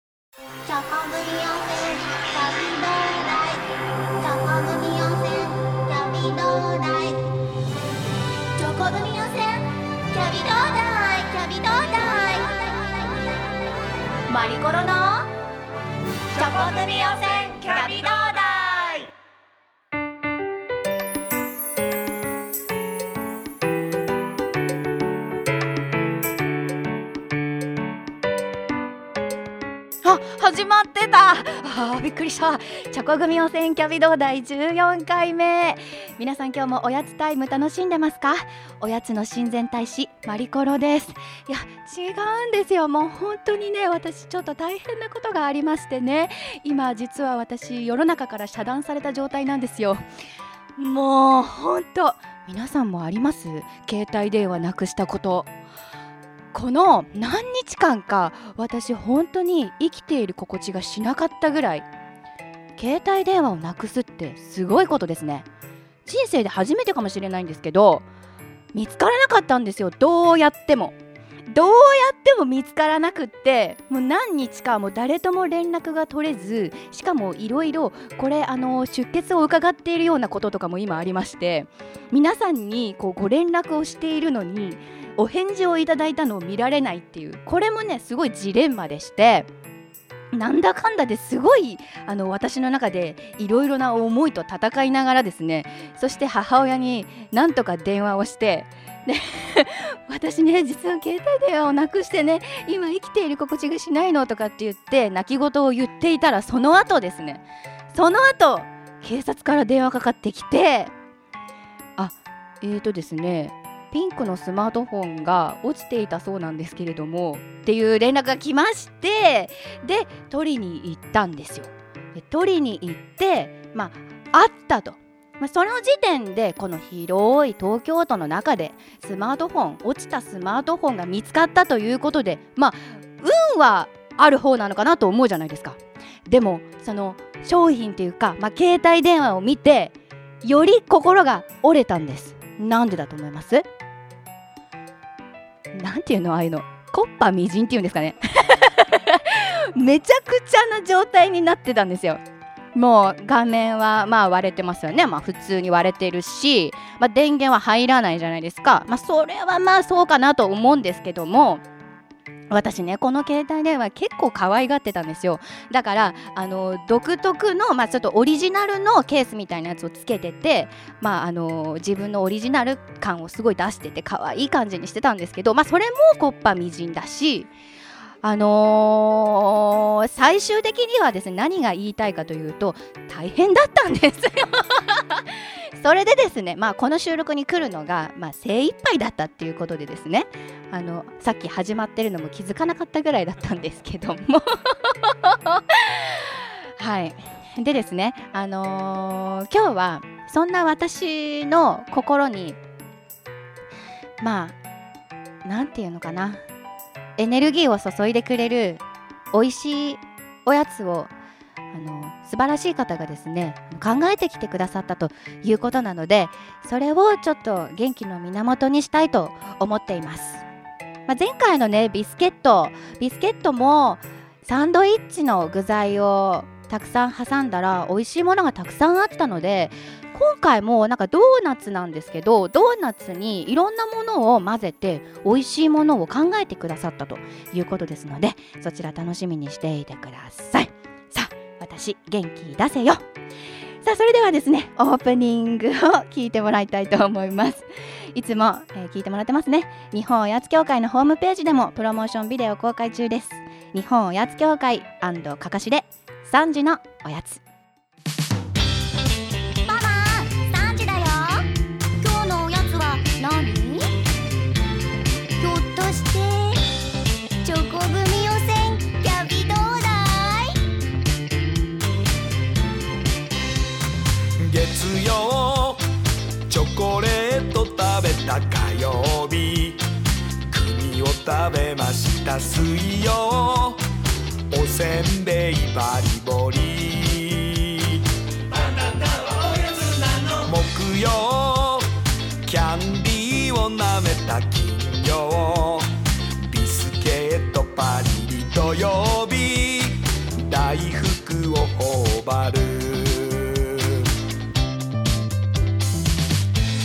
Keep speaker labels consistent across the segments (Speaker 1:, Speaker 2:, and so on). Speaker 1: チョコグミ温泉キャビドライチョコグミ温泉キャビドライチョコグミ温泉キャビドライキャビドライマリコロのチョコグミ温泉キャビドライ
Speaker 2: あ、始まってた。あー、びっくりした。チョコ組温泉キャビ同第14回目。皆さん今日もおやつタイム楽しんでますかおやつの親善大使、マリコロです。いや、違うんですよ。もう本当にね、私ちょっと大変なことがありましてね。今、実は私、世の中から遮断された状態なんですよ。もう、本当皆さんもあります携帯電話なくしたこと。この何日間か私本当に生きている心地がしなかったぐらい携帯電話をなくすってすごいことですね人生で初めてかもしれないんですけど見つからなかったんですよどうやってもどうやっても見つからなくってもう何日かもう誰とも連絡が取れずしかもいろいろこれあの出血を伺っているようなこととかも今ありまして皆さんにこうご連絡をしているのにお返事をいただいたのを見られないっていうこれもねすごいジレンマでしてなんだかんだですごいあの私の中でいろいろな思いと戦いながらですねそして母親になんとか電話をしてで 私ね実は携帯電話をなくしてね今生きている心地がしないのとかって言って泣き言を言っていたらその後ですねその後警察から電話かかってきてあえーとですねピンクのスマートフォンが落ちていたそうなんですけれどもっていう連絡が来ましてで取りに行ったんですよ。で取りに行ってまああったと。まあ、その時点でこの広い東京都の中でスマートフォン落ちたスマートフォンが見つかったということでまあ運はある方なのかなと思うじゃないですかでもその商品というか、まあ、携帯電話を見てより心が折れたんですなんでだと思いますなんていうのああいうのコッパみじんっていうんですかね めちゃくちゃな状態になってたんですよもう画面はまあ割れてますよねまあ普通に割れてるし、まあ、電源は入らないじゃないですかまあそれはまあそうかなと思うんですけども私ねこの携帯電話結構可愛がってたんですよだからあの独特の、まあ、ちょっとオリジナルのケースみたいなやつをつけてて、まあ、あの自分のオリジナル感をすごい出してて可愛い感じにしてたんですけど、まあ、それもコッパみじんだし、あのー最終的にはですね何が言いたいかというと大変だったんですよ。 それでですね、まあ、この収録に来るのが、まあ、精一杯だったっていうことでですねあのさっき始まってるのも気づかなかったぐらいだったんですけども はいでですねあのー今日はそんな私の心にまあなんていうのかなエネルギーを注いでくれる美味しいおやつをあの素晴らしい方がですね考えてきてくださったということなのでそれをちょっと元気の源にしたいと思っています、まあ、前回のねビスケットビスケットもサンドイッチの具材をたくさん挟んだら美味しいものがたくさんあったので今回もなんかドーナツなんですけどドーナツにいろんなものを混ぜて美味しいものを考えてくださったということですのでそちら楽しみにしていてくださいさあ私元気出せよさあそれではですねオープニングを聞いてもらいたいと思いますいつも、えー聞いてもらってますね日本おやつ協会のホームページでもプロモーションビデオ公開中です日本おやつ協会かかしで3時のおやつ
Speaker 1: ママ3時だよ今日のおやつは何ひょっとしてチョコ組予選キャビどうだい
Speaker 3: 月曜チョコレート食べた火曜日国を食べました水曜おせんべいバリボリ木曜キャンディーをなめた金曜ビスケットパリリ土曜日大福を頬張る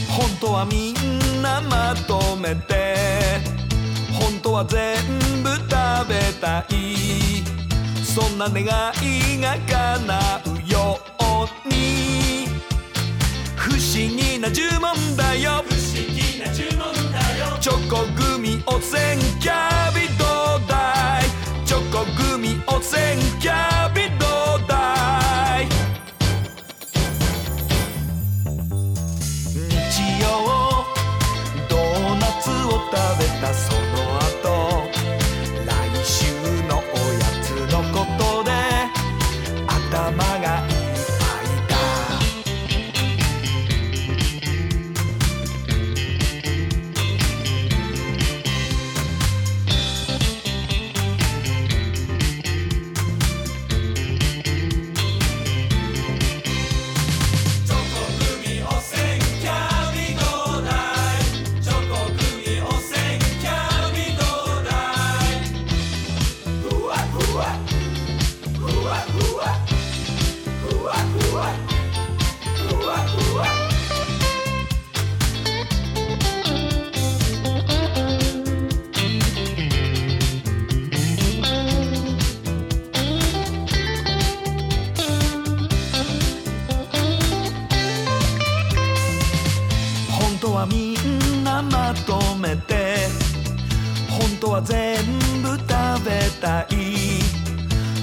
Speaker 3: 本当はみんなまとめて本当は全部食べたいそんな願いが叶うように不思議な呪文だよ不思議な呪文だよチョコグミおせんキャビどうだいチョコグミおせんキャビどうだい日曜ドーナツを食べたその後来週のおやつのことで頭がいっぱいだ本当はみんなまとめて本当は全部食べたい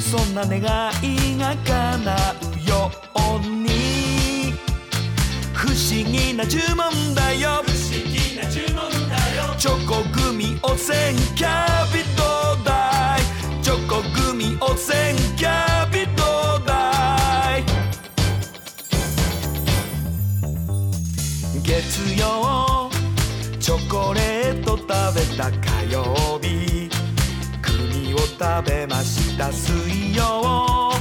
Speaker 3: そんな願いが叶うように不思議な呪文だよ不思議な呪文だよチョコグミおせんキャビどうだいチョコグミおせんキャビどうだい月曜チョコレート食べた火曜日栗を食べました水曜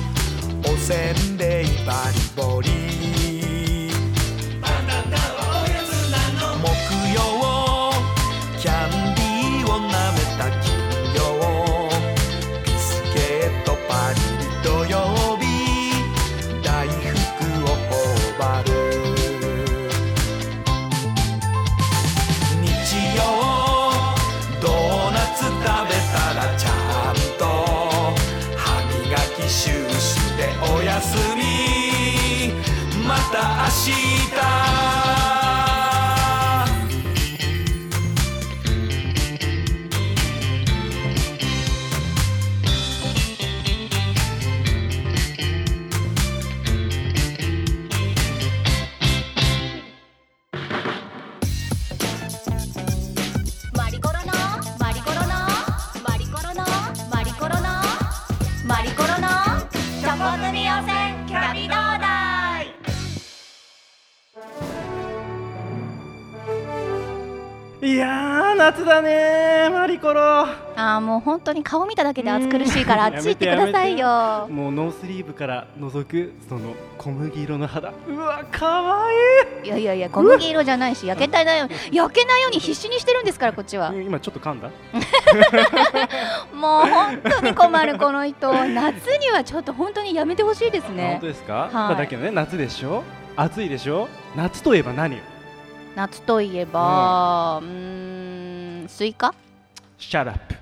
Speaker 3: おせんべいバリボリ木曜キャンディーを舐めた金曜ビスケットパリリ土曜日大福を頬張る日曜ドーナツ食べたらちゃんと歯磨きシューしておやすみまた明日
Speaker 1: マリコロのマリコロのマリコロのマリコロのマリコロのチョコ組予選キャビどうだい
Speaker 4: いやー夏だねーマリコロ
Speaker 2: あーもう本当に顔見ただけで暑苦しいから あっち行ってくださいよ
Speaker 4: もうノースリーブから覗くその小麦色の肌うわかわ
Speaker 2: いやいやいや小麦色じゃないし焼けたいなように焼けないように必死にしてるんですからこっちはい
Speaker 4: い今ちょっと噛んだ
Speaker 2: もう本当に困るこの 人夏にはちょっと本当にやめてほしいです
Speaker 4: あ本
Speaker 2: ね
Speaker 4: 当ですか、
Speaker 2: い
Speaker 4: まあだけどね夏でしょ暑いでしょ夏といえば何
Speaker 2: 夏といえばうーんスイカ
Speaker 4: シャラップ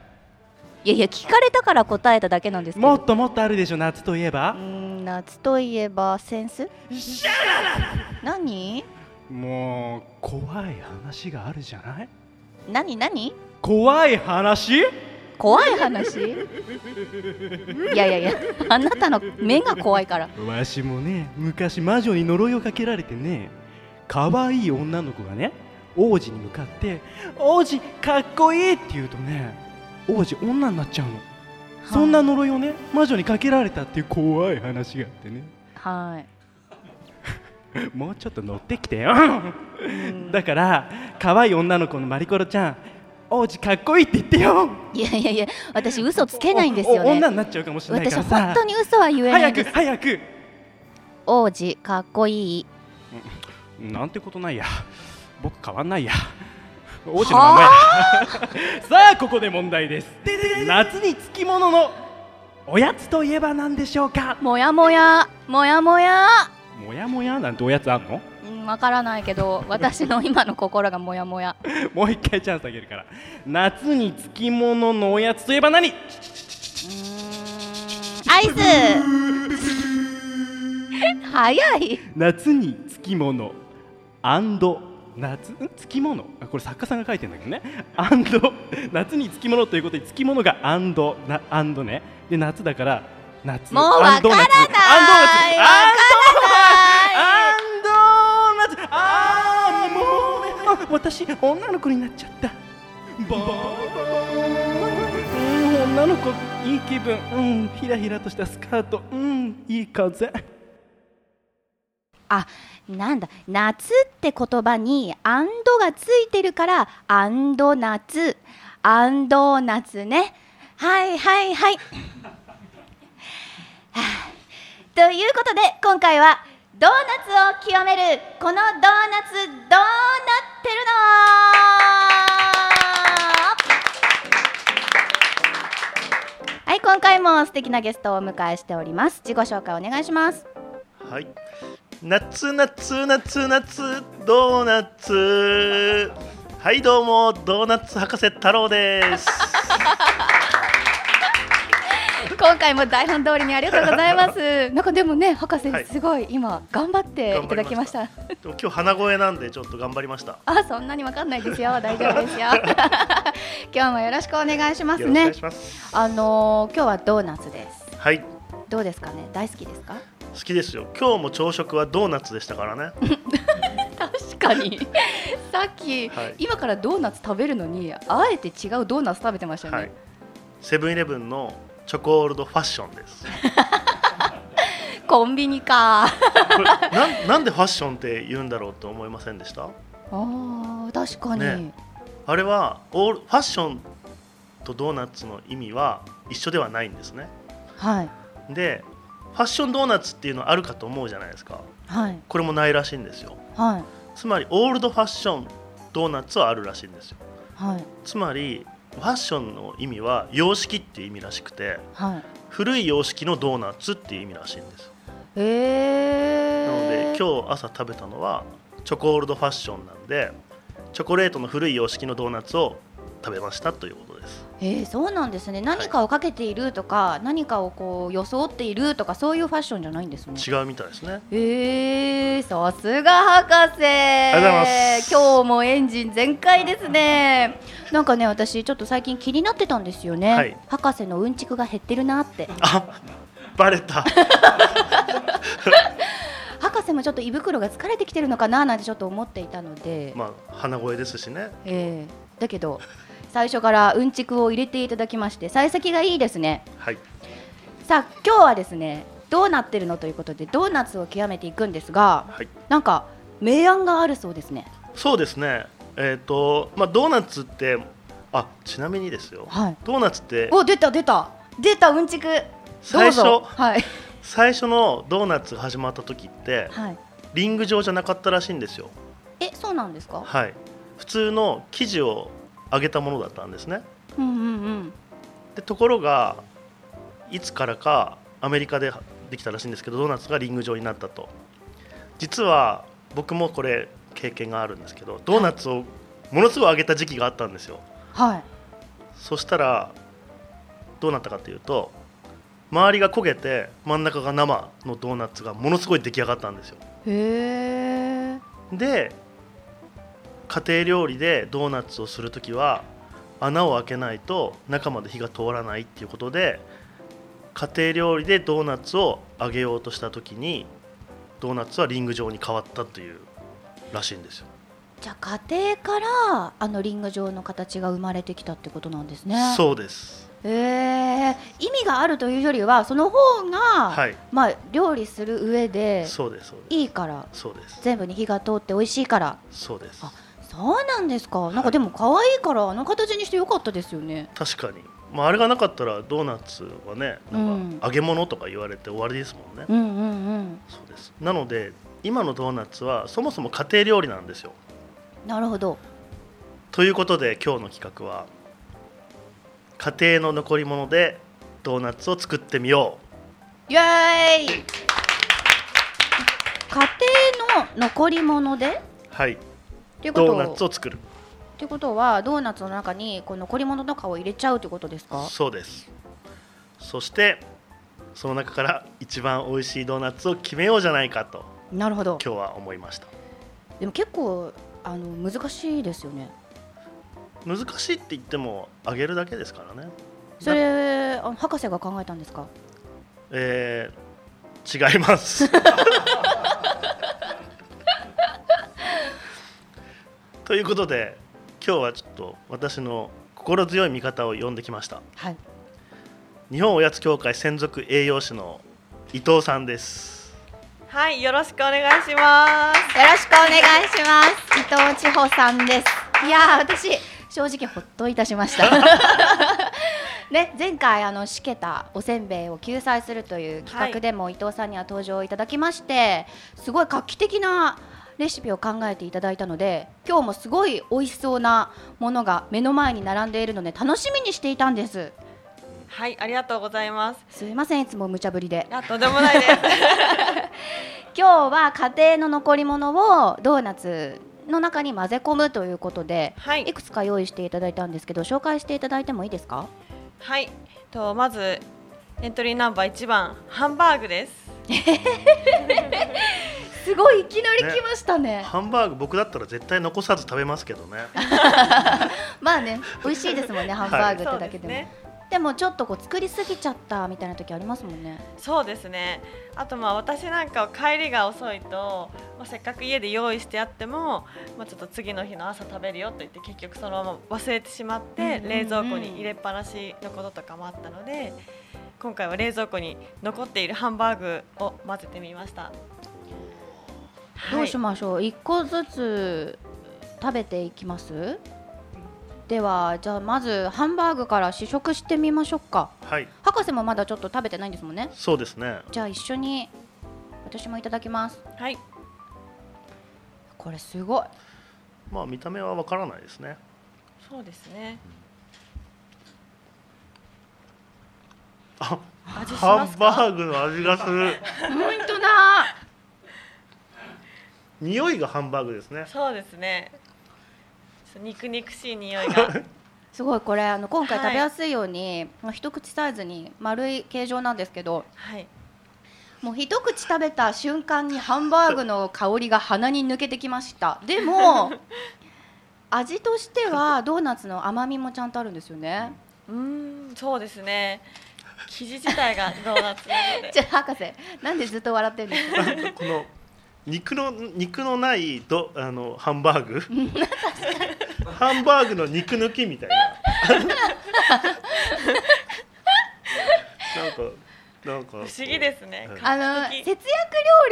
Speaker 2: いやいや聞かれたから答えただけなんですけど
Speaker 4: もっともっとあるでしょ夏といえ
Speaker 2: うー
Speaker 4: ば
Speaker 2: ん夏といえばセンス
Speaker 4: シャ
Speaker 2: 何
Speaker 4: もう怖い話があるじゃない
Speaker 2: 何何
Speaker 4: 怖い話
Speaker 2: 怖い話いやいやいやあなたの目が怖いから
Speaker 4: わしもね昔魔女に呪いをかけられてね可愛い女の子がね王子に向かって「王子かっこいい!」って言うとね王子女になっちゃうの、そんな呪いをね魔女にかけられたっていう怖い話があってね
Speaker 2: はい
Speaker 4: もうちょっと乗ってきてよ だから可愛い女の子のマリコロちゃん王子かっこいいって言ってよ
Speaker 2: いやいやいや私嘘つけないんですよ
Speaker 4: おお女
Speaker 2: ね
Speaker 4: になっちゃうかもしれない
Speaker 2: 私
Speaker 4: か
Speaker 2: は
Speaker 4: ら
Speaker 2: 本
Speaker 4: さ
Speaker 2: 当に嘘は言えない
Speaker 4: 早
Speaker 2: ん
Speaker 4: く
Speaker 2: です
Speaker 4: 早く
Speaker 2: 王子かっこいい
Speaker 4: なんてことないや僕変わんないや王子のままやさあここで問題です夏につきもののおやつといえば何でしょうか
Speaker 2: もやもやもやもや
Speaker 4: もやもやなんておやつあんの
Speaker 2: うんわからないけど私の今の心がもやもや
Speaker 4: もう一回チャンスあげるから夏につきもののおやつといえば何
Speaker 2: アイス 早い
Speaker 4: 夏につきもの夏んつきものあこれ作家さんが書いてんだけどね 夏につきものということでつきものがアンドなアンドねで夏だから夏
Speaker 2: もうわからない
Speaker 4: アンドーナ
Speaker 2: わ
Speaker 4: ツアンドーナツアンドーナツあーもうあ私女の子になっちゃったバイバイうん女の子いい気分うんひらひらとしたスカートうんいい風
Speaker 2: あなんだ夏って言葉に「アンド」がついてるから「アンド夏」「アンド夏ね」はいはい はい。はあということで今回はドーナツを極めるこのドーナツどうなってるのはい今回も素敵なゲストをお迎えしております自己紹介お願いします
Speaker 5: はい。ナッツナッツナッツナッツドーナツ。はいどうもドーナツ博士太 郎です。
Speaker 2: 今回も台本通りにありがとうございます。 なんかでもね、博士
Speaker 5: はい
Speaker 2: すごい今頑張っていただきました。
Speaker 5: でも今日鼻声なんでちょっと頑張りました。
Speaker 2: あ、そんなにわかんない ですよ。大丈夫ですよ。今日もよろしくお願いします
Speaker 5: よろしくお願
Speaker 2: ね
Speaker 5: い。します。
Speaker 2: あのー今日はドーナツです。
Speaker 5: はい。好
Speaker 2: どうですかね。大好きですか。
Speaker 5: きですよ。今日も朝食はドーナツでしたからね。
Speaker 2: 確かに。 さっき、
Speaker 5: はい
Speaker 2: 今からドーナツ食べるのに、あえて違うドーナツ食べてましたよね。
Speaker 5: はい。セブンイレブンのチョコオールドファッション です。
Speaker 2: コンビニか。
Speaker 5: これなんなんでファッションって言うんだろうと思いませんでした？
Speaker 2: ああ、確かに。
Speaker 5: ねあれはオールファッションとドーナツの意味は一緒ではないんですね。
Speaker 2: はい。
Speaker 5: でファッションドーナツっていうのあるかと思うじゃないですか
Speaker 2: はい。
Speaker 5: これもないらしいんですよ
Speaker 2: はい。
Speaker 5: つまりオールドファッションドーナツはあるらしいんですよ
Speaker 2: はい。
Speaker 5: つまりファッションの意味は様式っていう意味らしくて
Speaker 2: はい。
Speaker 5: 古い様式のドーナツっていう意味らしいんですよ
Speaker 2: え
Speaker 5: な
Speaker 2: え
Speaker 5: の
Speaker 2: ー。
Speaker 5: で今日朝食べたのはチョコオールドファッションなんでチョコレートの古い様式のドーナツを食べましたということです
Speaker 2: えー、そうなんですね何かをかけているとか、何かをこう装っているとかそういうファッションじゃないんですね
Speaker 5: 違うみたいですね
Speaker 2: えー、さすが博士
Speaker 5: がとうございます
Speaker 2: 今日もエンジン全開ですねなんかね私ちょっと最近気になってたんですよね、
Speaker 5: はい
Speaker 2: 博士のうんちくが減ってるなって
Speaker 5: あバレた
Speaker 2: 博士もちょっと胃袋が疲れてきてるのかななんてちょっと思っていたので、
Speaker 5: まあ鼻声ですしね
Speaker 2: えーだけど最初からうんちくを入れていただきまして幸先がいいですね
Speaker 5: はい
Speaker 2: さあ今日はですねどうなってるのということでドーナツを極めていくんですが
Speaker 5: はい
Speaker 2: なんか明暗があるそうですね
Speaker 5: そうですね。えっ、とまあドーナツってあちなみにですよ。
Speaker 2: はい
Speaker 5: ドーナツって
Speaker 2: お出た出た出たうんちくど
Speaker 5: 最
Speaker 2: う
Speaker 5: 初
Speaker 2: ぞはい
Speaker 5: 最初のドーナツ始まった時って
Speaker 2: はい
Speaker 5: リング状じゃなかったらしいんですよ。
Speaker 2: えそうなんですか
Speaker 5: はい。普通の生地を揚げたものだったんですね。
Speaker 2: うんうんうん
Speaker 5: でところがいつからかアメリカでできたらしいんですけどドーナツがリング状になったと。実は僕もこれ経験があるんですけどドーナツをものすごい揚げた時期があったんですよ。
Speaker 2: はい
Speaker 5: そしたらどうなったかというと周りが焦げて真ん中が生のドーナツがものすごい出来上がったんですよ
Speaker 2: へえ
Speaker 5: で家庭料理でドーナツをする時は穴を開けないと中まで火が通らないっていうことで家庭料理でドーナツを揚げようとした時にドーナツはリング状に変わったというらしいんですよ、
Speaker 2: じゃあ家庭からあのリング状の形が生まれてきたってことなんですね
Speaker 5: そうです
Speaker 2: うえ意味があるというよりはその方が、
Speaker 5: はい
Speaker 2: まあ料理する上で
Speaker 5: そうですそうです
Speaker 2: いいから
Speaker 5: そうです
Speaker 2: 全部に火が通って美味しいから
Speaker 5: そうです
Speaker 2: あそうなんですか。なんかでも可愛いからあの形にしてよかったですよね。
Speaker 5: 確かに、まあ、あれがなかったらドーナツはね
Speaker 2: う
Speaker 5: なん
Speaker 2: ん
Speaker 5: か揚げ物とか言われて終わりですもんね、
Speaker 2: うんうんうん。
Speaker 5: そうですなので今のドーナツはそもそも家庭料理なんですよ
Speaker 2: なるほど。
Speaker 5: ということで今日の企画は家庭の残り物でドーナツを作ってみよう
Speaker 2: イエーイ家庭の残り物で
Speaker 5: はい
Speaker 2: っていうこと
Speaker 5: ドーナツを作る
Speaker 2: ってことはドーナツの中にこう残り物とかを入れちゃうってことですか
Speaker 5: そうですそしてその中から一番美味しいドーナツを決めようじゃないかと
Speaker 2: なるほど
Speaker 5: 今日は思いました
Speaker 2: でも結構あの難しいですよね
Speaker 5: 難しいって言っても揚げるだけですからね
Speaker 2: それあの博士が考えたんですか
Speaker 5: えー違います ということで今日はちょっと私の心強い味方を呼んできました
Speaker 2: はい
Speaker 5: 日本おやつ協会専属栄養士の伊藤さんです
Speaker 6: はい、よろしくお願いします。
Speaker 2: よろしくお願いします。伊藤千穂さんです。いやー、私、正直ほっといたしま した。ね、前回あのしけたおせんべいを救済するという企画でも、伊藤さんには登場いただきましてすごい画期的なレシピを考えていただいたので今日もすごい美味しそうなものが目の前に並んでいるので楽しみにしていたんです
Speaker 6: はい、ありがとうございます。
Speaker 2: すいませんいつも無茶ぶりで
Speaker 6: いや、とんでもないです。
Speaker 2: 今日は家庭の残り物をドーナツの中に混ぜ込むということで、
Speaker 6: はい
Speaker 2: いくつか用意していただいたんですけど紹介していただいてもいいですか
Speaker 6: はい、と、まず、エントリーナンバー一番、ハンバーグです。
Speaker 2: すごいいきなり
Speaker 5: ね
Speaker 2: 来ましたね
Speaker 5: ハンバーグ僕だったら絶対残さず食べますけどね
Speaker 2: まあね美味しいですもんねハンバーグってだけでも、
Speaker 6: ね。
Speaker 2: でもちょっとこう作りすぎちゃったみたいな時ありますもんね
Speaker 6: そうですね。あと、まあ、私なんかは帰りが遅いと、まあ、せっかく家で用意してあっても。まあ、ちょっと次の日の朝食べるよと言って、結局そのまま忘れてしまっ
Speaker 2: うんうん
Speaker 6: て、
Speaker 2: うん
Speaker 6: 冷蔵庫に入れっぱなしのこととかもあったので。今回は冷蔵庫に残っているハンバーグを混ぜてみました。
Speaker 2: ど
Speaker 6: は
Speaker 2: う
Speaker 6: い
Speaker 2: しましょう一個ずつ食べていきますではじゃあまずハンバーグから試食してみましょうか
Speaker 5: はい
Speaker 2: 博士もまだちょっと食べてないんですもんね
Speaker 5: そうですね
Speaker 2: じゃあ一緒に私もいただきます
Speaker 6: はい、
Speaker 2: これすごい
Speaker 5: まあ見た目はわからないですね
Speaker 6: そうですね。
Speaker 5: あ
Speaker 6: 味し
Speaker 5: ハ
Speaker 6: ま
Speaker 5: ン
Speaker 6: すか。
Speaker 5: バーグの味がす
Speaker 2: 本
Speaker 5: る
Speaker 2: 当だ
Speaker 5: 匂いがハンバーグですね
Speaker 6: そうですね。ちょっと肉肉しい匂いが。
Speaker 2: すごいこれあの今回
Speaker 6: はい
Speaker 2: 食べやすいように、まあ一口サイズに丸い形状なんですけど
Speaker 6: はい。
Speaker 2: もう一口食べた瞬間にハンバーグの香りが鼻に抜けてきましたで も味としてはドーナツの甘みもちゃんとあるんですよね
Speaker 6: うーん、そうですね。生地自体がドーナツなので
Speaker 2: じ。ゃあ博士なんでずっと笑ってるん ですか
Speaker 5: この肉の肉のないどあのハンバーグハンバーグの肉抜きみたいななんかなんか
Speaker 6: 不思議ですね。
Speaker 5: うん
Speaker 2: あ
Speaker 6: 画
Speaker 2: の
Speaker 6: 期
Speaker 2: 節約
Speaker 6: 的
Speaker 2: 料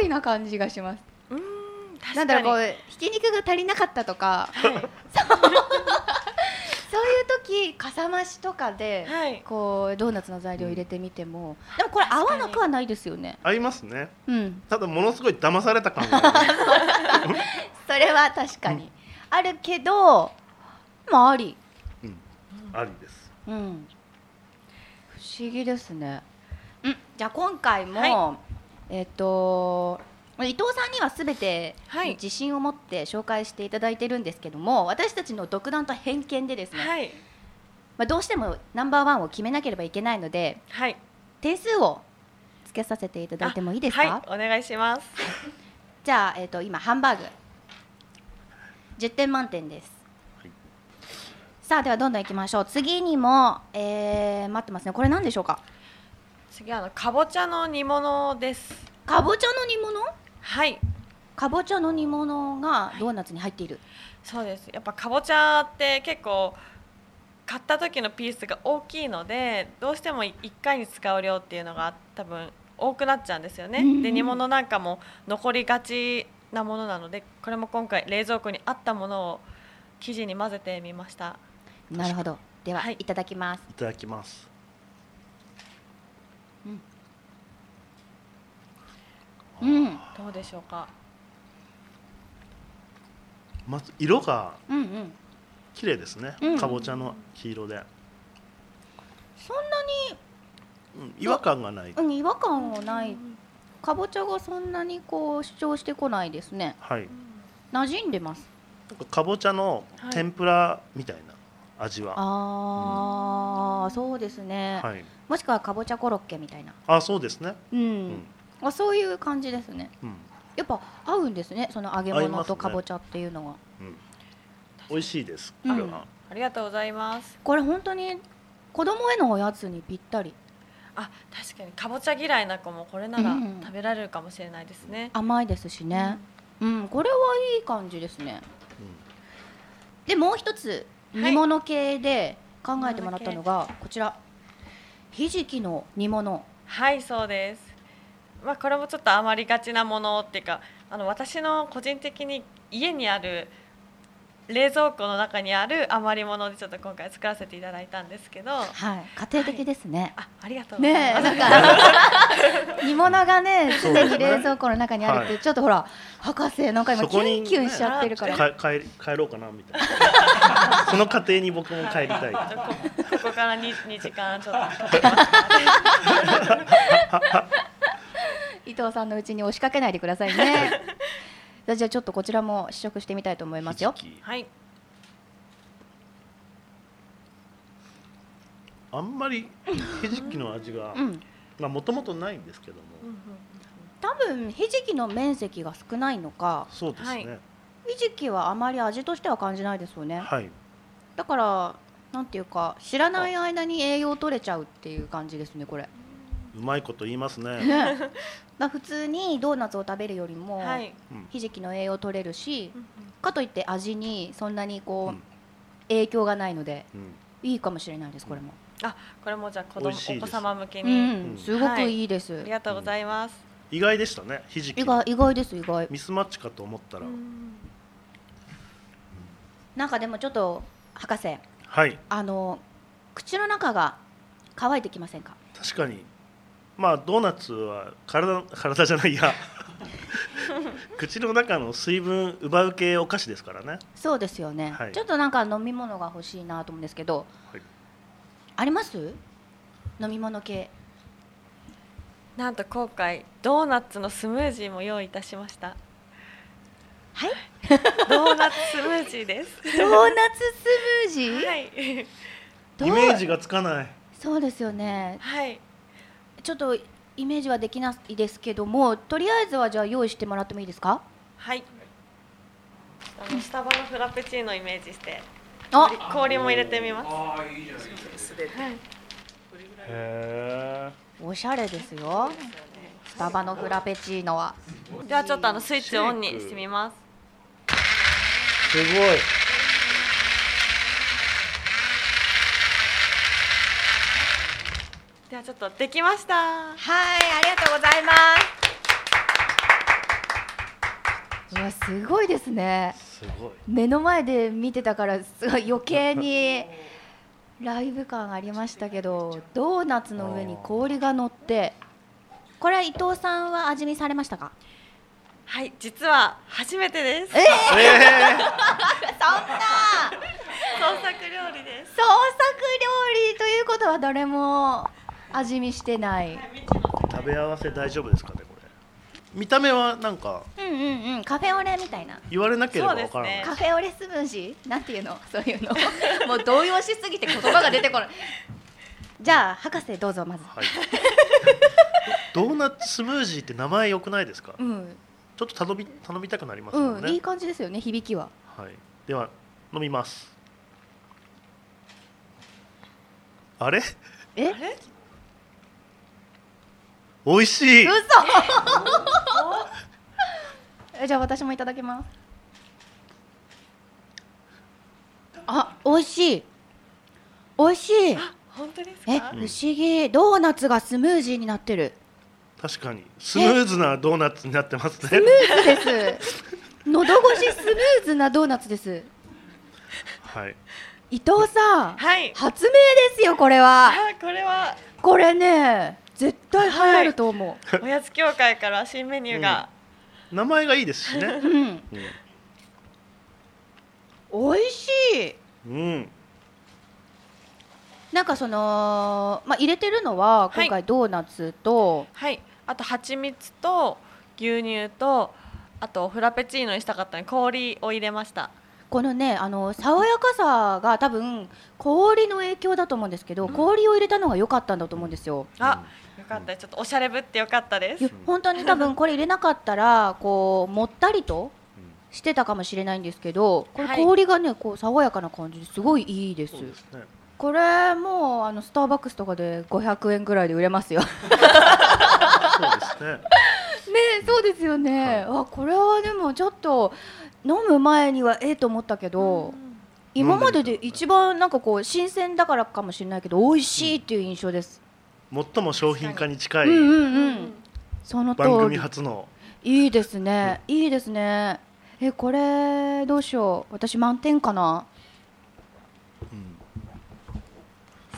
Speaker 2: 理な感じがします
Speaker 6: うーん、確か
Speaker 2: なん
Speaker 6: に。
Speaker 2: だろうこうひき肉が足りなかったとか
Speaker 6: はい。
Speaker 2: そういう時かさ増しとかで、
Speaker 6: はい
Speaker 2: こうドーナツの材料入れてみても、でもこれ合
Speaker 6: 確か
Speaker 2: わ
Speaker 6: に
Speaker 2: なくはないですよね。
Speaker 5: 合いますね
Speaker 2: うん、
Speaker 5: ただものすごい騙された感が ある
Speaker 2: それは確かに、あるけど、まああり、
Speaker 5: ありです
Speaker 2: うん、不思議ですね。うん、じゃあ今回も、
Speaker 6: は
Speaker 2: えっ、と伊藤さんにはすべて
Speaker 6: はい
Speaker 2: 自信を持って紹介していただいてるんですけども、私たちの独断と偏見でですね、
Speaker 6: はい。
Speaker 2: まあどうしてもナンバーワンを決めなければいけないので。
Speaker 6: はい。
Speaker 2: 点数をつけさせていただいてもいいですか、
Speaker 6: はい、お願いします。
Speaker 2: じゃあ、えー、と今ハンバーグ10点満点です、
Speaker 5: はい
Speaker 2: さあではどんどんいきましょう次にも、えー、待ってますねこれ何でしょうか
Speaker 6: 次はあのかぼちゃの煮物です。
Speaker 2: かぼちゃの煮物
Speaker 6: はい。
Speaker 2: かぼちゃの煮物がドーナツに入っている、
Speaker 6: そうですやっぱかぼちゃって結構買った時のピースが大きいのでどうしても1回に使う量っていうのが多分多くなっちゃうんですよね、
Speaker 2: うんうん
Speaker 6: で煮物なんかも残りがちなものなのでこれも今回冷蔵庫にあったものを生地に混ぜてみました
Speaker 2: なるほどでは、
Speaker 6: はい
Speaker 2: い、ただきます
Speaker 5: いただきます
Speaker 2: うん、
Speaker 6: どうでしょうか
Speaker 5: まず色が
Speaker 2: うんうん
Speaker 5: 綺麗ですね、
Speaker 2: うん
Speaker 5: かぼちゃの黄色で
Speaker 2: そんなに
Speaker 5: うん違和感がない、
Speaker 2: うん、違和感はない。かぼちゃがそんなにこう主張してこないですね。
Speaker 5: はい、
Speaker 2: 馴染んでます。
Speaker 5: なんかかぼちゃの
Speaker 6: はい
Speaker 5: 天ぷらみたいな味は、
Speaker 2: ああ、そうですね。
Speaker 5: はい、
Speaker 2: もしくはかぼちゃコロッケみたいな。
Speaker 5: あそうですね、
Speaker 2: うん。
Speaker 5: ん
Speaker 2: あ、そういう感じですね。
Speaker 5: うん
Speaker 2: やっぱ合うんですね。その揚げ
Speaker 5: 合いま
Speaker 2: 物
Speaker 5: すね
Speaker 2: とかぼちゃっていうのは。
Speaker 5: うん、美味しいです
Speaker 2: うん
Speaker 5: これは、
Speaker 6: ありがとうございます
Speaker 2: これ本当に子供へのおやつにぴったり。
Speaker 6: あ確かにかぼちゃ嫌いな子もこれなら
Speaker 2: うん
Speaker 6: 食べられるかもしれないですね、
Speaker 2: 甘いですしね。うん、これはいい感じですね。でもう一つ
Speaker 6: はい
Speaker 2: 煮物系で考えてもらったのがこちらひじきの煮物
Speaker 6: はいそうですまあこれもちょっと余りがちなものっていうかあの私の個人的に家にある冷蔵庫の中にある余り物でちょっと今回作らせていただいたんですけ どあ
Speaker 2: はい家庭的ですね、
Speaker 6: ありがとうござい
Speaker 2: ね
Speaker 6: ます、
Speaker 2: えなんか 煮物がね常に冷蔵庫の中にあるって、
Speaker 5: はい
Speaker 2: ちょっとほら博士なんか今
Speaker 5: そ
Speaker 2: キ
Speaker 5: こ
Speaker 2: ュ
Speaker 5: に
Speaker 2: ンキュンしちゃってるから、
Speaker 5: か帰り帰ろうかなみた いなその過程に僕も帰りたい
Speaker 6: ちょこここから 2, 時間ちょっと
Speaker 2: 伊藤さんのうちに押しかけないでくださいねじゃあちょっとこちらも試食してみたいと思いますよ
Speaker 5: ひじき
Speaker 6: はい
Speaker 5: あんまりひじきの味が
Speaker 2: うん
Speaker 5: まあもともとないんですけども、
Speaker 2: 多分ひじきの面積が少ないのか
Speaker 5: そうですね
Speaker 2: ひじきはあまり味としては感じないですよね、
Speaker 5: はい、
Speaker 2: だからなんていうか知らない間に栄養取れちゃうっていう感じですねこれ
Speaker 5: うまいこと言いますね、
Speaker 2: ねだ普通にドーナツを食べるよりも、
Speaker 6: はい
Speaker 5: うん
Speaker 2: ひじきの栄養取れるしかといって味にそんなにこう、
Speaker 5: うん
Speaker 2: 影響がないので
Speaker 5: うん
Speaker 2: いいかもしれないですこれも、
Speaker 6: あこれもじゃあ子
Speaker 5: 美
Speaker 6: 供お
Speaker 5: 味しいです
Speaker 6: 子様向け
Speaker 2: う
Speaker 6: に、
Speaker 2: ん
Speaker 5: うん
Speaker 2: すごくいいです、
Speaker 6: ありがとうございます、
Speaker 5: 意外でしたねひじき
Speaker 2: 意外意外です意外
Speaker 5: ミスマッチかと思ったら、
Speaker 2: なんかでもちょっと博士
Speaker 5: はい
Speaker 2: あの口の中が乾いてきませんか
Speaker 5: 確かにまあドーナツは体体じゃな いいや口の中の水分奪う系お菓子ですからね
Speaker 2: そうですよね、
Speaker 5: はい
Speaker 2: ちょっとなんか飲み物が欲しいなと思うんですけど、
Speaker 5: はい
Speaker 2: あります飲み物 系
Speaker 6: なんと今回ドーナツのスムージーも用意いたしました
Speaker 2: はい
Speaker 6: ドーナツスムージーです
Speaker 2: ドーナツスムージー
Speaker 6: はい
Speaker 2: どう
Speaker 5: イメージがつかない
Speaker 2: そうですよね
Speaker 6: はい
Speaker 2: ちょっとイメージはできないですけどもとりあえずはじゃあ用意してもらってもいいですか
Speaker 6: はいあのスタバのフラペチーノをイメージして
Speaker 2: あ
Speaker 6: 氷も入れてみます
Speaker 5: へ
Speaker 2: おしゃれですよスタバのフラペチーノは
Speaker 6: ではちょっとあのスイッチをオンにしてみます
Speaker 5: えすごい
Speaker 6: ではちょっとできました
Speaker 2: はいありがとうございますうわすごいですね
Speaker 5: すごい
Speaker 2: 目の前で見てたからすごい余計にライブ感ありましたけどドーナツの上に氷が乗ってこれは伊藤さんは味見されましたか
Speaker 6: はい実は初めてです
Speaker 2: え
Speaker 6: 創
Speaker 2: そんな
Speaker 6: 作料理です
Speaker 2: 創作料理ということは誰も味見してない
Speaker 5: 食べ合わせ大丈夫ですかねこれ見た目はなんか
Speaker 2: うんうんうんカフェオレみたいな
Speaker 5: 言われなければわからない、
Speaker 6: そう
Speaker 2: カフェオレスムージーなんていうのそういうの もう動揺しすぎて言葉が出てこないじゃあ博士どうぞまず
Speaker 5: はいドーナツスムージーって名前良くないですか
Speaker 2: うん
Speaker 5: ちょっと頼み頼みたくなりますもん
Speaker 2: うん
Speaker 5: ね、
Speaker 2: いい感じですよね響きは
Speaker 5: はい、では飲みますあれ
Speaker 2: え
Speaker 5: 美味しい
Speaker 2: 嘘 えじゃあ私もいただきますあ美味しい美味しい
Speaker 6: 本当ですか
Speaker 2: え不思議ドーナツがスムージーになってる
Speaker 5: 確かにスムーズなドーナツになってますね
Speaker 2: スムーズです 喉越しスムーズなドーナツです
Speaker 5: はい
Speaker 2: 伊藤さん
Speaker 6: はい
Speaker 2: 発明ですよこれは
Speaker 6: あこれは
Speaker 2: これね絶対流行ると思
Speaker 6: おやつ協会から新メニューが、
Speaker 5: 名前がいいですしね
Speaker 2: う、うん美味しい
Speaker 5: うん、
Speaker 2: なんかその、まあ、入れてるのは
Speaker 6: はい
Speaker 2: 今回ドーナツと、
Speaker 6: はい、あと蜂蜜と牛乳とあとフラペチーノにしたかったので氷を入れました
Speaker 2: このねあの爽やかさが多分氷の影響だと思うんですけど、氷を入れたのが良かったんだと思うんですよ。
Speaker 6: あ、よかったですちょっとおしゃれぶってよかったで
Speaker 2: い
Speaker 6: す
Speaker 2: や本当に多分これ入れなかったらこうもったりとしてたかもしれないんですけどこれ
Speaker 6: はい
Speaker 2: 氷がねこう爽やかな感じですごいいいです
Speaker 5: そうですね
Speaker 2: これもうあのスターバックスとかで500円ぐらいで売れ ますよね
Speaker 5: そうですね
Speaker 2: そうですよね、あこれはでもちょっと飲む前にはええと思ったけど、今までで一番なんかこう新鮮だからかもしれないけど美味しいっていう印象です、
Speaker 5: 最も商品化に近い
Speaker 2: うんうん
Speaker 6: う
Speaker 2: うん、
Speaker 6: ん
Speaker 2: その通
Speaker 5: 番組
Speaker 2: り
Speaker 5: 初の
Speaker 2: いいですね、いいですねえこれどうしよう私満点かな、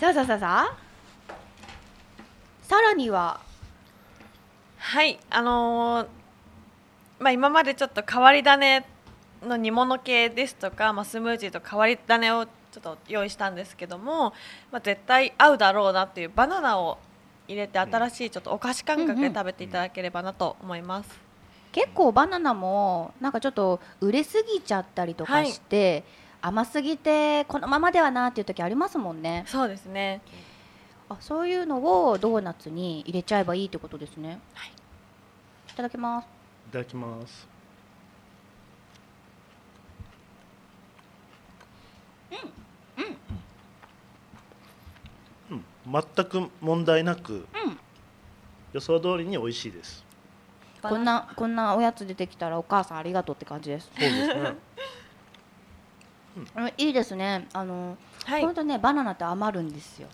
Speaker 2: さあさあさあさあさらには
Speaker 6: はいあのーまあ、今までちょっと変わり種の煮物系ですとか、まあ、スムージーと変わり種をちょっと用意したんですけども、まあ、絶対合うだろうなっていうバナナを入れて新しいちょっとお菓子感覚で食べていただければなと思います。
Speaker 2: 結構バナナもなんかちょっと売れすぎちゃったりとかして、甘すぎてこのままではなっていう時ありますもんね
Speaker 6: そうですね
Speaker 2: あそういうのをドーナツに入れちゃえばいいってことですね、
Speaker 6: はい、
Speaker 2: ただきます
Speaker 5: いただきますうん全く問題なく、予想通りに美味しいです
Speaker 2: こんなこんなおやつ出てきたらお母さんありがとうって感じです
Speaker 5: そうですね
Speaker 2: うんいいですねあの
Speaker 6: はい
Speaker 2: 本当ねバナナって余るんですよ、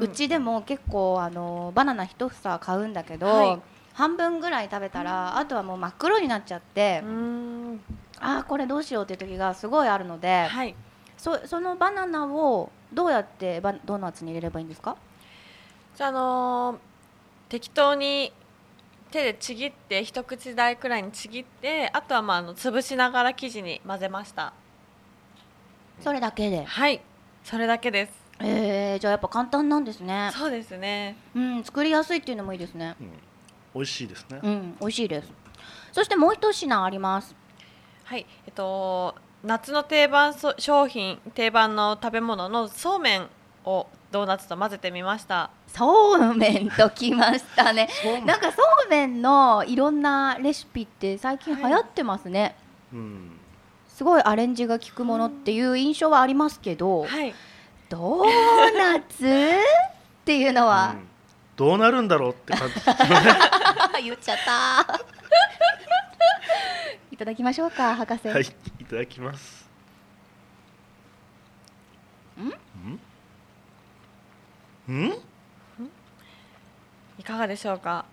Speaker 2: うちでも結構あのバナナ一房買うんだけど、
Speaker 6: はい
Speaker 2: 半分ぐらい食べたらあとはもう真っ黒になっちゃって、
Speaker 6: うーん
Speaker 2: ああこれどうしようっていう時がすごいあるので、
Speaker 6: はい
Speaker 2: そそのバナナをどうやってバドーナツに入れればいいんですか
Speaker 6: じゃあ、あのー適当に手でちぎって一口大くらいにちぎってあとはまああの潰しながら生地に混ぜました
Speaker 2: それだけで、
Speaker 6: はいそれだけです
Speaker 2: えー、じゃあやっぱ簡単なんですね
Speaker 6: そうですね
Speaker 2: うん作りやすいっていうのもいいですね
Speaker 5: 美味しいですね、
Speaker 2: うん美味しいですそしてもう一品あります
Speaker 6: はいえっと夏の定番そ商品定番の食べ物のそうめんをドーナツと混ぜてみました
Speaker 2: そうめんときましたね
Speaker 5: そうめん
Speaker 2: なんかそうめんのいろんなレシピって最近流行ってますね、
Speaker 5: うん、
Speaker 2: すごいアレンジが効くものっていう印象はありますけど、
Speaker 6: はい
Speaker 2: ドーナツっていうのは
Speaker 5: うん、どうなるんだろうって感じ
Speaker 2: 言っちゃ った。いただきましょうか、博 士。
Speaker 5: はいいただきますんんん
Speaker 6: いかがでしょうか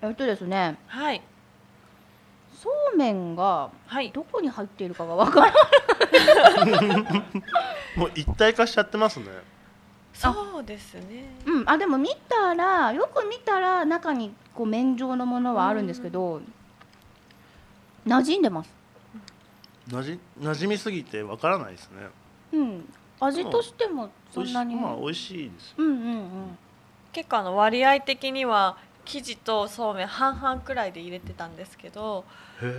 Speaker 2: えっとですね、
Speaker 6: はい
Speaker 2: そうめんが
Speaker 6: はい
Speaker 2: どこに入っているかがわからない。
Speaker 5: もう一体化しちゃってますね
Speaker 6: そうですね
Speaker 2: うん、あ、でも見たら、よく見たら、中にこう麺状のものはあるんですけど。馴染んでます。
Speaker 5: なじ馴染みすぎてわからないですね
Speaker 2: うん、味としても、そ
Speaker 5: 美味
Speaker 2: ん
Speaker 5: し
Speaker 2: なに。
Speaker 5: まあ
Speaker 2: う
Speaker 5: 美味しいですよ
Speaker 2: ん、うん、
Speaker 6: 結構あの割合的には生地とそうめん半々くらいで入れてたんですけど、
Speaker 5: へえ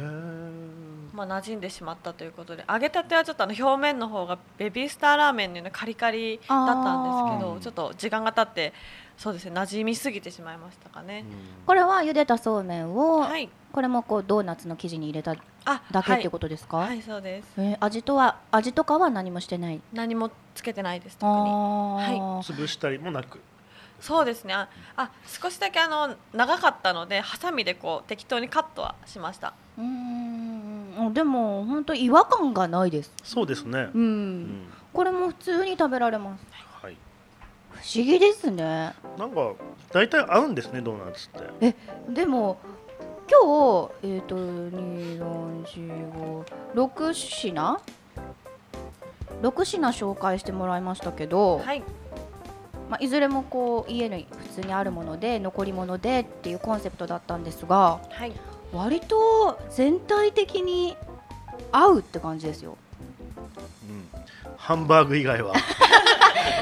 Speaker 6: まあ、馴染んでしまったということで揚げたてはちょっとあの表面の方がベビースターラーメンのようなカリカリだったんですけ
Speaker 5: あ
Speaker 6: ど
Speaker 5: ー
Speaker 6: ちょっと時間が経ってそうですね馴染みすぎてしまいましたかね。
Speaker 2: これは茹でたそうめんを、
Speaker 6: はい
Speaker 2: これもこうドーナツの生地に入れた
Speaker 6: あ
Speaker 2: だけって
Speaker 6: と
Speaker 2: ことですか。
Speaker 6: はい、はい、そうです
Speaker 2: えー味とは、味とかは何もしてない。
Speaker 6: 何もつけてないです
Speaker 2: あ
Speaker 6: 特に
Speaker 2: ー
Speaker 5: 潰したりもなく
Speaker 6: そうですねああ少しだけあの長かったのでハサミでこう適当にカットはしました
Speaker 2: うーんでも本当違和感がないです。
Speaker 5: そうですね
Speaker 2: うん、
Speaker 5: うん
Speaker 2: これも普通に食べられます。
Speaker 5: はい
Speaker 2: 不思議ですね。
Speaker 5: なんか大体合うんですねドーナツって
Speaker 2: でも今日えっ、と二四四五六品六品紹介してもらいましたけど、
Speaker 6: はい
Speaker 2: まあいずれもこう家に普通にあるもので残り物でっていうコンセプトだったんですが、
Speaker 6: はい
Speaker 2: 割と全体的に合うって感じですよ。
Speaker 5: うんハンバーグ以 外は、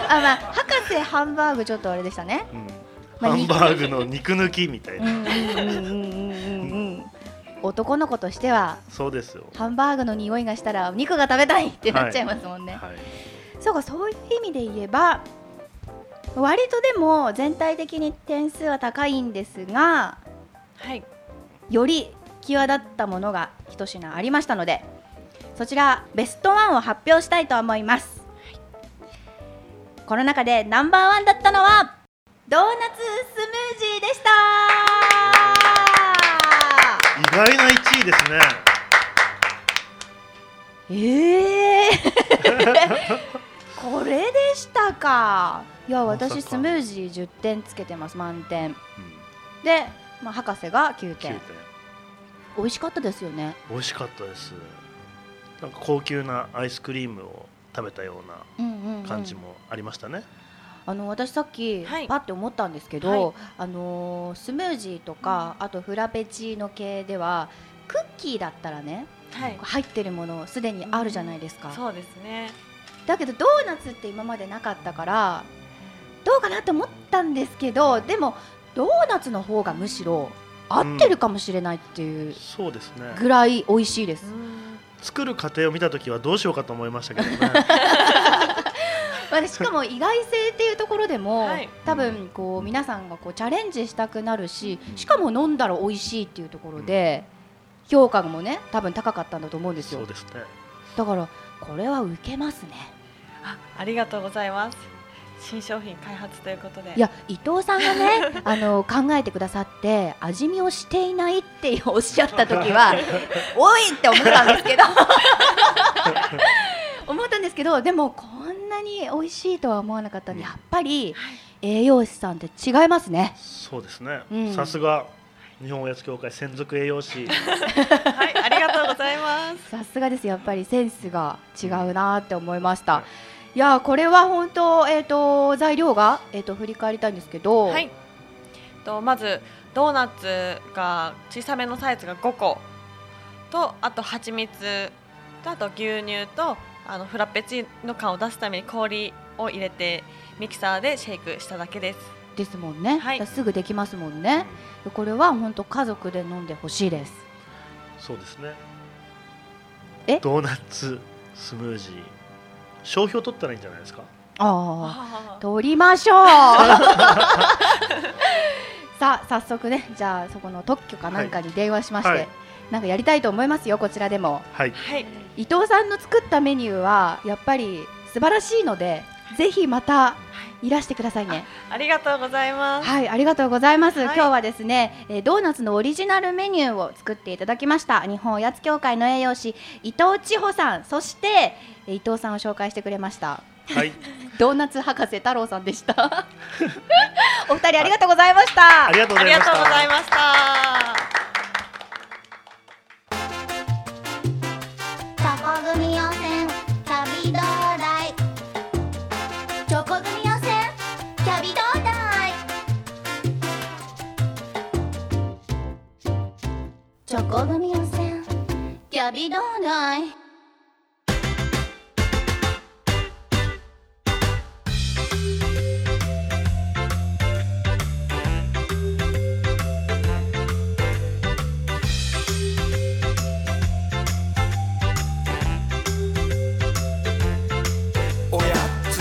Speaker 2: あ、まあ、博士ハンバーグちょっとあれでしたね。
Speaker 5: うん
Speaker 2: まあ
Speaker 5: ハンバーグの肉抜きみたい
Speaker 2: うんう
Speaker 5: な、
Speaker 2: んうんうんうんうん。男の子としては
Speaker 5: そうですよ、
Speaker 2: ハンバーグの匂いがしたらお肉が食べたいってなっちゃいますもんね。
Speaker 5: はい、
Speaker 2: そうかそういう意味で言えば割とでも全体的に点数は高いんですが
Speaker 6: はい
Speaker 2: より際立ったものが一品ありましたのでそちらベストワンを発表したいと思います、この中でナンバーワンだったのはドーナツスムージーでした
Speaker 5: 意外な1位です
Speaker 2: え
Speaker 5: ね
Speaker 2: え ー、これでしたかいや
Speaker 5: まさか
Speaker 2: 私スムージー10点つけてます満点で、まあ、博士が9点
Speaker 5: 9点
Speaker 2: 美味しかったですよね
Speaker 5: 美味しかったですなんか高級なアイスクリームを食べたよう
Speaker 2: うんうんうん
Speaker 5: な感じもありましたね、
Speaker 2: あの私さっき、
Speaker 6: はい
Speaker 2: パって思ったんですけど、あのースムージーとか、あとフラペチーノ系ではクッキーだったらね
Speaker 6: はい
Speaker 2: 入ってるものすでにあるじゃないですか、
Speaker 6: そうですね
Speaker 2: だけどドーナツって今までなかったからどうかなと思ったんですけどでもドーナツの方がむしろ合ってるかもしれないっていう
Speaker 5: そうですね
Speaker 2: ぐらい美味しいです、
Speaker 6: うん
Speaker 5: 作る過程を見た時はどうしようかと思いましたけどね
Speaker 2: まあね、しかも意外性っていうところでも、
Speaker 6: はい
Speaker 2: 多分こう皆さんがこうチャレンジしたくなるし、
Speaker 5: う ん
Speaker 2: しかも飲んだら美味しいっていうところで、評価もね多分高かったんだと思うんです
Speaker 5: そ
Speaker 2: よ
Speaker 5: うですね
Speaker 2: だからこれは受けますね
Speaker 6: あありがとうございます新商品開発ということで
Speaker 2: いや伊藤さんが ねあの考えてくださって味見をしていないっておっしゃった時は おいって思ったんです けど思ったんですけどでもこんなに美味しいとは思わなかったんでやっぱり栄養士さんって違いますね。
Speaker 5: そうですね、
Speaker 2: うん
Speaker 5: さすが日本おやつ協会専属栄 養士
Speaker 6: はいありがとうございます
Speaker 2: さすがですやっぱりセンスが違うなって思いました。いやーこれは本当えっ、と材料がえっ、と振り返りたいんですけど、
Speaker 6: はいとまずドーナツが小さめのサイズが5個とあと蜂蜜とあと牛乳とあのフラペチーノ感を出すために氷を入れてミキサーでシェイクしただけです
Speaker 2: ですもんね。
Speaker 6: はい
Speaker 2: だからすぐできますもんね。でこれは本当家族で飲んでほしいです。
Speaker 5: そうですね
Speaker 2: え
Speaker 5: ドーナツスムージー商標取ったらいいんじゃないですか
Speaker 2: あ
Speaker 6: あ
Speaker 2: あ
Speaker 6: ー
Speaker 2: 取りましょ う。さあ早速ねじゃあそこの特許かなんかに電話しまして、
Speaker 5: はいはい
Speaker 2: なんかやりたいと思いますよこちらでも。
Speaker 5: はい
Speaker 6: はい
Speaker 2: 伊藤さんの作ったメニューはやっぱり素晴らしいのでぜひまたいらしてくださいね
Speaker 6: ありがとうございます
Speaker 2: はいありがとうございます、
Speaker 6: はい
Speaker 2: 今日はですね、えードーナツのオリジナルメニューを作っていただきました日本おやつ協会の栄養士伊藤千穂さんそして、えー伊藤さんを紹介してくれました
Speaker 5: はい
Speaker 2: ドーナツ博士太郎さんでした お二人ありがとうございました
Speaker 5: ありがとう
Speaker 6: あ
Speaker 5: ご
Speaker 6: り
Speaker 5: ざ
Speaker 6: が
Speaker 5: いまし
Speaker 6: とうござい
Speaker 5: た
Speaker 6: ました
Speaker 1: チョコ組温泉キャビドーダイチョコ組温泉キャビドーダイチョコ組温泉キャビドーダイ
Speaker 3: おやつ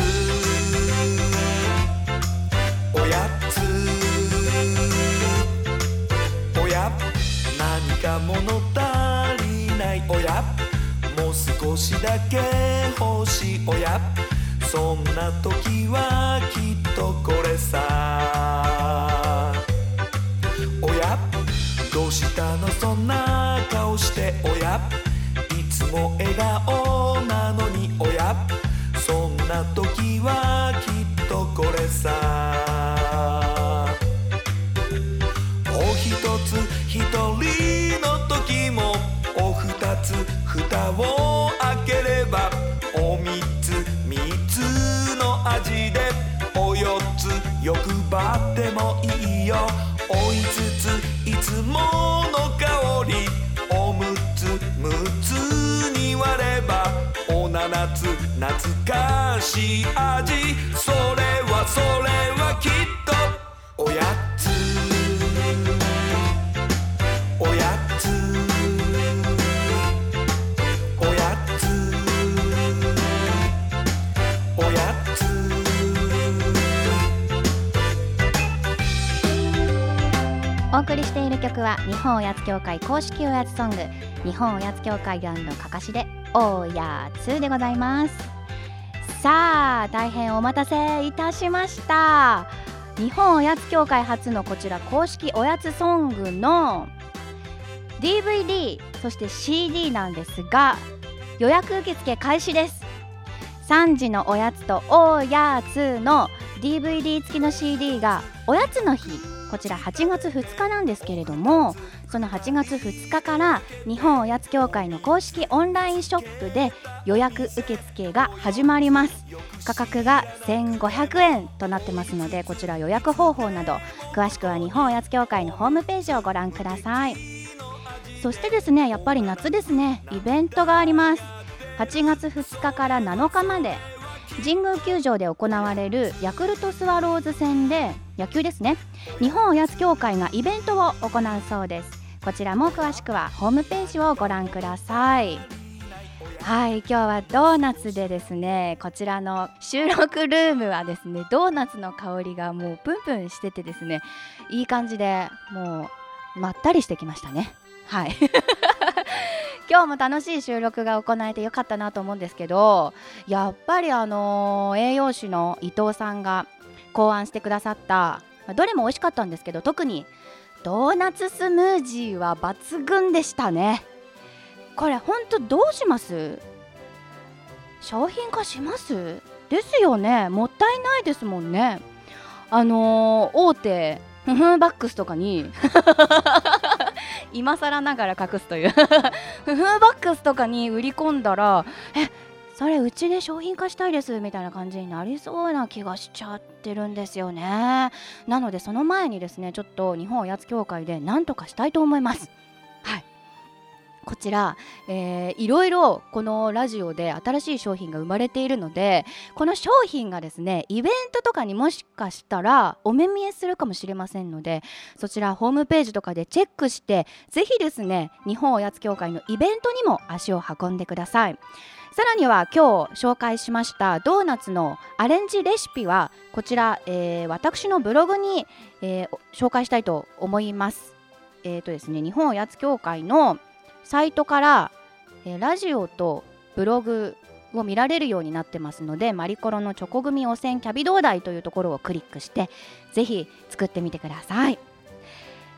Speaker 3: おやつおや何か物足りないおやもう少しだけ欲しいおやそんな時はきっとこれさおやどうしたのそんな顔しておやいつも笑顔なのにおやそんな時はきっとこれさおひとつひとりの時もおふたつ蓋を開ければおみつみつの味でおよつ欲張ってもいいよおいつついつもの香りおむつむつに割ればおななつなつしい味それはそれはきっとおやつおやつおやつおやつ
Speaker 2: お送りしている曲は日本おやつ協会公式おやつソング日本おやつ協会団のかかしでおやつでございますさあ大変お待たせいたしました日本おやつ協会初のこちら公式おやつソングの DVD そして CD なんですが予約受付開始です3時のおやつとおやつの DVD 付きの CD がおやつの日こちら8月2日なんですけれどもその8月2日から日本おやつ協会の公式オンラインショップで予約受付が始まります価格が1500円となってますのでこちら予約方法など詳しくは日本おやつ協会のホームページをご覧くださいそしてですねやっぱり夏ですねイベントがあります8月2日から7日まで神宮球場で行われるヤクルトスワローズ戦で野球ですね日本おやつ協会がイベントを行うそうですこちらも詳しくはホームページをご覧くださいはい今日はドーナツでですねこちらの収録ルームはですねドーナツの香りがもうプンプンしててですねいい感じでもうまったりしてきましたねはい 今日も楽しい収録が行えてよかったなと思うんですけどやっぱりあのー栄養士の伊藤さんが考案してくださったまあどれも美味しかったんですけど特にドーナツスムージーは抜群でしたねこれほんとどうします商品化しますですよねもったいないですもんねあのー大手フフンバックスとかに 今更ながら隠すというフフンバックスとかに売り込んだらえそれうちで商品化したいですみたいな感じになりそうな気がしちゃってるんですよねなのでその前にですねちょっと日本おやつ協会で何とかしたいと思いますはいこちら、えーいろいろこのラジオで新しい商品が生まれているのでこの商品がですねイベントとかにもしかしたらお目見えするかもしれませんのでそちらホームページとかでチェックしてぜひですね日本おやつ協会のイベントにも足を運んでくださいさらには今日紹介しましたドーナツのアレンジレシピはこちら、えー私のブログに、えーお紹介したいと思います。えーとですね、日本おやつ協会のサイトから、えーラジオとブログを見られるようになってますのでマリコロのチョコ組汚染キャビ同台というところをクリックしてぜひ作ってみてください。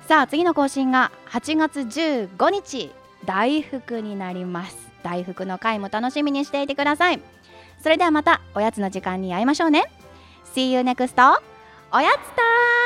Speaker 2: さあ次の更新が8月15日大福になります大福の回も楽しみにしていてくださいそれではまたおやつの時間に会いましょうね See you next おやつタイム